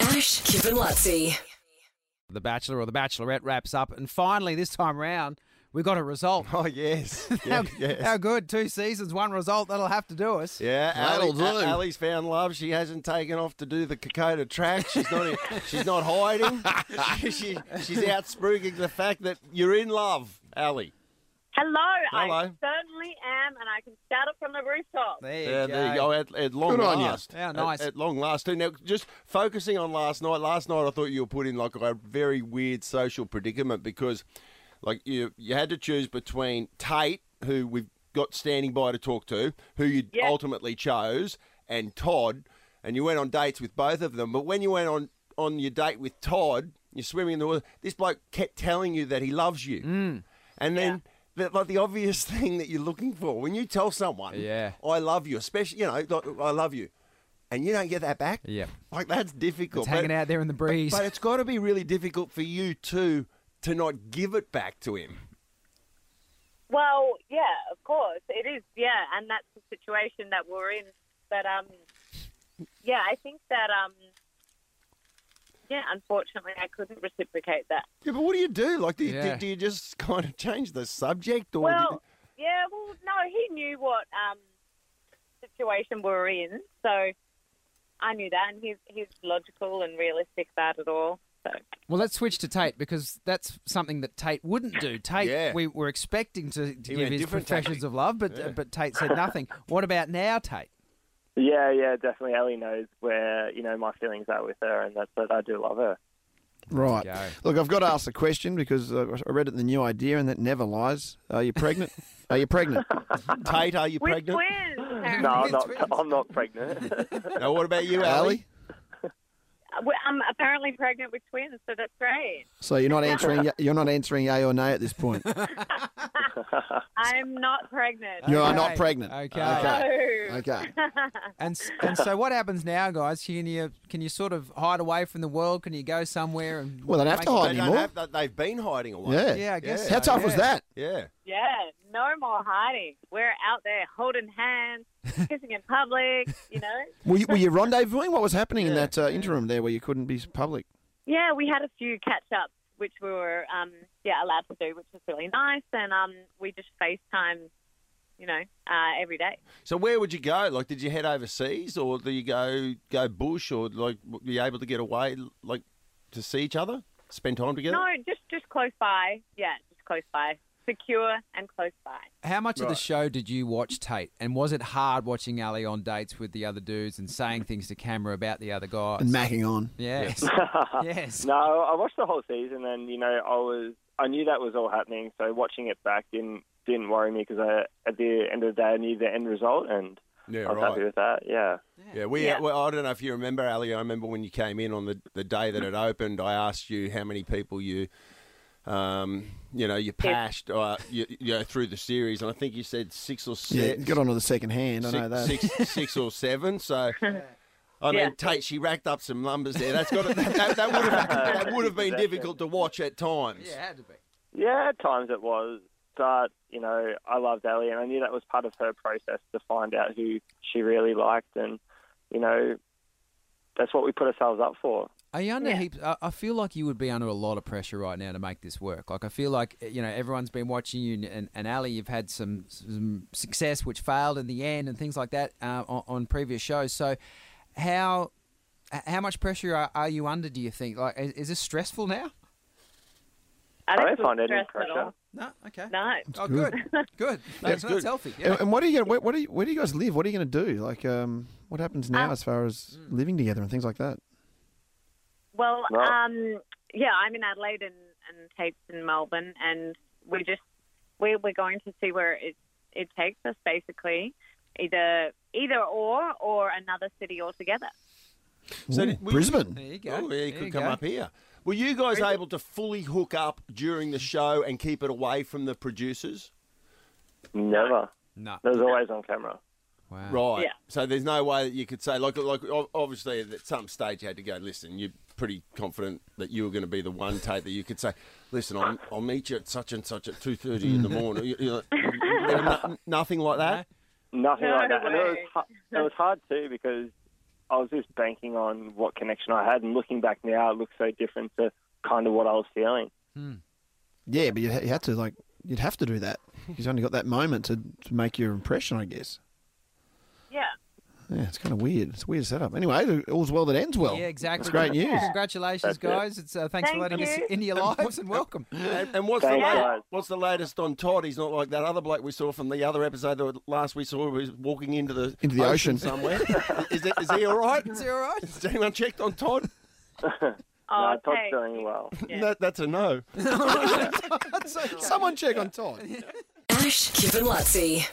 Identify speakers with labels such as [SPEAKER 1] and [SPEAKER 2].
[SPEAKER 1] Ash, Kip and Lutzi.
[SPEAKER 2] The Bachelor or The Bachelorette wraps up, and finally, this time round, we got a result.
[SPEAKER 3] Oh yes, yeah,
[SPEAKER 2] how,
[SPEAKER 3] yes.
[SPEAKER 2] how good? Two seasons, one result. That'll have to do us.
[SPEAKER 3] yeah,
[SPEAKER 4] That'll
[SPEAKER 3] Ali- A-
[SPEAKER 4] do.
[SPEAKER 3] Ali's found love. She hasn't taken off to do the Kokoda track. She's not. she's not hiding. she, she, she's out spruiking the fact that you're in love, Ali.
[SPEAKER 5] Hello, I
[SPEAKER 3] Hello.
[SPEAKER 5] certainly am, and I can shout it from the rooftop.
[SPEAKER 2] There you
[SPEAKER 3] Yeah,
[SPEAKER 2] go.
[SPEAKER 3] there you go. At, at long
[SPEAKER 4] Good on ya.
[SPEAKER 3] last.
[SPEAKER 2] Yeah,
[SPEAKER 3] At-
[SPEAKER 2] nice.
[SPEAKER 3] At, long last. too. Now, just focusing on last night. Last night, I thought you were put in like a very weird social predicament because, like, you you had to choose between Tate, who we've got standing by to talk to, who you
[SPEAKER 5] Yeah.
[SPEAKER 3] ultimately chose, and Todd, and you went on dates with both of them. But when you went on on your date with Todd, you're swimming in the water. This bloke kept telling you that he loves you,
[SPEAKER 2] Mm.
[SPEAKER 3] and then. The, like the obvious thing that you're looking for when you tell someone,
[SPEAKER 2] Yeah.
[SPEAKER 3] I love you, especially you know, like, I love you, and you don't get that back.
[SPEAKER 2] Yeah.
[SPEAKER 3] like that's difficult.
[SPEAKER 2] It's hanging
[SPEAKER 3] but,
[SPEAKER 2] out there in the breeze.
[SPEAKER 3] but it's got to be really difficult for you too to not give it back to him.
[SPEAKER 5] Well, yeah, of course it is. Yeah, and that's the situation that we're in. But um, yeah, I think that um, yeah, unfortunately, I couldn't reciprocate that.
[SPEAKER 3] Yeah, but what do you do? Like, do you,
[SPEAKER 2] Yeah.
[SPEAKER 3] do, do you just kind of change the subject, or do
[SPEAKER 5] Well, yeah, well, no, he knew what um, situation we were in, so I knew that, and he's he's logical and realistic about it all. So
[SPEAKER 2] well, let's switch to Tate because that's something that Tate wouldn't do. Tate,
[SPEAKER 3] Yeah.
[SPEAKER 2] we were expecting to, to give
[SPEAKER 3] went
[SPEAKER 2] his
[SPEAKER 3] different
[SPEAKER 2] professions
[SPEAKER 3] tactic.
[SPEAKER 2] of love, but
[SPEAKER 3] Yeah.
[SPEAKER 2] but Tate said nothing. what about now, Tate?
[SPEAKER 6] Yeah, yeah, definitely. Ellie knows where you know my feelings are with her, and that's that I do love her.
[SPEAKER 4] Right.
[SPEAKER 2] Go.
[SPEAKER 4] Look, I've got to ask the question because uh, I read it in the new idea and that never lies. Are you pregnant? Are you pregnant?
[SPEAKER 3] Tate, are you
[SPEAKER 5] we're
[SPEAKER 3] pregnant?
[SPEAKER 5] twins.
[SPEAKER 6] No,
[SPEAKER 5] apparently.
[SPEAKER 6] I'm not.
[SPEAKER 2] twins.
[SPEAKER 6] I'm not pregnant.
[SPEAKER 3] Now, what about you, Ali?
[SPEAKER 4] Ali?
[SPEAKER 5] Well, I'm apparently pregnant with twins, so that's great.
[SPEAKER 4] So you're not answering. You're not answering yay or nay at this point.
[SPEAKER 5] I'm not pregnant.
[SPEAKER 4] You are
[SPEAKER 2] Okay.
[SPEAKER 4] not pregnant.
[SPEAKER 2] Okay.
[SPEAKER 4] Okay.
[SPEAKER 5] No.
[SPEAKER 4] Okay.
[SPEAKER 2] And s- and so what happens now, guys? Can you can you sort of hide away from the world? Can you go somewhere and
[SPEAKER 4] Well, they'd have to
[SPEAKER 2] make-
[SPEAKER 4] hide
[SPEAKER 3] They don't
[SPEAKER 4] anymore.
[SPEAKER 3] have that- They've been hiding away.
[SPEAKER 4] Yeah.
[SPEAKER 2] Yeah, I guess.
[SPEAKER 4] How
[SPEAKER 2] so,
[SPEAKER 4] tough was
[SPEAKER 2] yeah.
[SPEAKER 4] that?
[SPEAKER 3] Yeah.
[SPEAKER 5] Yeah, no more hiding. We're out there holding hands, kissing in public, you know.
[SPEAKER 4] Were you, were you rendezvousing? What was happening in that uh, interim there where you couldn't be public?
[SPEAKER 5] Yeah, we had a few catch ups, which we were um, yeah allowed to do, which was really nice. And um, we just FaceTime, you know, uh, every day.
[SPEAKER 3] So where would you go? Like, did you head overseas, or do you go go bush, or like, were you able to get away, like, to see each other, spend time together?
[SPEAKER 5] No, just just close by. Yeah, just close by, secure and close by.
[SPEAKER 2] How much of the show did you watch, Tate? And was it hard watching Ali on dates with the other dudes and saying things to camera about the other guys?
[SPEAKER 4] And macking on.
[SPEAKER 2] yes, yes.
[SPEAKER 6] no, I watched the whole season, and you know, I was I knew that was all happening, so watching it back didn't didn't worry me because I at the end of the day I knew the end result, and
[SPEAKER 3] Yeah,
[SPEAKER 6] I was
[SPEAKER 3] right.
[SPEAKER 6] happy with that. Yeah.
[SPEAKER 3] Yeah, we.
[SPEAKER 5] Yeah.
[SPEAKER 3] Well, I don't know if you remember, Ali. I remember when you came in on the, the day that it opened. I asked you how many people you, um, you know, you passed, uh, you, you know, through the series, and I think you said six or
[SPEAKER 4] Yeah.
[SPEAKER 3] six.
[SPEAKER 4] Got onto the second hand. I know that.
[SPEAKER 3] six, six, six or seven. So. I mean,
[SPEAKER 5] Yeah.
[SPEAKER 3] Tate, she racked up some numbers there. That's got to, that, that would have that would have been
[SPEAKER 6] Exactly.
[SPEAKER 3] difficult to watch at times.
[SPEAKER 2] Yeah, it had to be.
[SPEAKER 6] Yeah, at times it was, but you know, I loved Ellie, and I knew that was part of her process to find out who she really liked, and you know, that's what we put ourselves up for.
[SPEAKER 2] Are you under
[SPEAKER 5] Yeah.
[SPEAKER 2] heaps? I, I feel like you would be under a lot of pressure right now to make this work. Like I feel like you know everyone's been watching you, and, and, and Ali, you've had some, some success which failed in the end, and things like that uh, on, on previous shows. So, how h- how much pressure are, are you under? Do you think? Like, is, is this stressful now?
[SPEAKER 5] I
[SPEAKER 6] don't
[SPEAKER 5] feel
[SPEAKER 6] find any
[SPEAKER 5] stressed at
[SPEAKER 6] pressure.
[SPEAKER 5] all.
[SPEAKER 2] No. Okay.
[SPEAKER 5] No.
[SPEAKER 2] Oh, good. Good. That's, that's healthy. Yeah.
[SPEAKER 4] And, and what are you? Gonna, where, what are you? Where do you guys live? What are you going to do? Like, um, what happens now
[SPEAKER 5] Um,
[SPEAKER 4] as far as living together and things like that?
[SPEAKER 5] Well,
[SPEAKER 6] Well-
[SPEAKER 5] um, yeah, I'm in Adelaide and, and Tate's in Melbourne, and we just we we're going to see where it it takes us, basically, either either or or another city altogether.
[SPEAKER 3] So
[SPEAKER 4] Ooh,
[SPEAKER 3] did- were you-
[SPEAKER 4] Brisbane.
[SPEAKER 2] There you go.
[SPEAKER 3] Oh, yeah,
[SPEAKER 2] There
[SPEAKER 3] you could
[SPEAKER 2] you
[SPEAKER 3] come
[SPEAKER 2] go.
[SPEAKER 3] up here. Were you guys able to fully hook up during the show and keep it away from the producers?
[SPEAKER 6] Never.
[SPEAKER 2] No.
[SPEAKER 6] That was always on camera.
[SPEAKER 2] Wow.
[SPEAKER 3] Right.
[SPEAKER 5] Yeah.
[SPEAKER 3] So there's no way that you could say, like, like ob- obviously at some stage you had to go. Listen, you're pretty confident that you were going to be the one tape that you could say, listen, I'll, I'll meet you at such and such at two thirty in the morning. You, you know, there was no- nothing like that.
[SPEAKER 6] Nothing
[SPEAKER 5] No
[SPEAKER 6] like that. And it was,
[SPEAKER 5] way.
[SPEAKER 6] hu- it was hard too because I was just banking on what connection I had, and looking back now, it looks so different to kind of what I was feeling.
[SPEAKER 4] Yeah, but you, you had to like you'd have to do that. He's only got that moment to, to make your impression, I guess.
[SPEAKER 5] Yeah.
[SPEAKER 4] Yeah, it's kind of weird. It's a weird setup. Anyway, all's well that ends well.
[SPEAKER 2] yeah, exactly.
[SPEAKER 4] It's great news.
[SPEAKER 2] Congratulations,
[SPEAKER 6] That's it.
[SPEAKER 2] guys. It's uh, thanks for
[SPEAKER 5] Thank
[SPEAKER 2] letting us
[SPEAKER 5] you.
[SPEAKER 2] into your lives and welcome.
[SPEAKER 3] And, and what's
[SPEAKER 6] Thanks,
[SPEAKER 3] the latest,
[SPEAKER 6] guys.
[SPEAKER 3] what's the latest on Todd? He's not like that other bloke we saw from the other episode. The last we saw was walking into the
[SPEAKER 4] Into the ocean.
[SPEAKER 3] somewhere. is, it, is he all right?
[SPEAKER 2] Is he all right?
[SPEAKER 3] Has anyone checked on Todd?
[SPEAKER 5] Oh,
[SPEAKER 6] no, Todd's
[SPEAKER 5] thanks.
[SPEAKER 6] doing well.
[SPEAKER 5] Yeah.
[SPEAKER 3] That- that's a no.
[SPEAKER 4] Someone check on Todd.
[SPEAKER 1] Ash, Kip and Lutzi.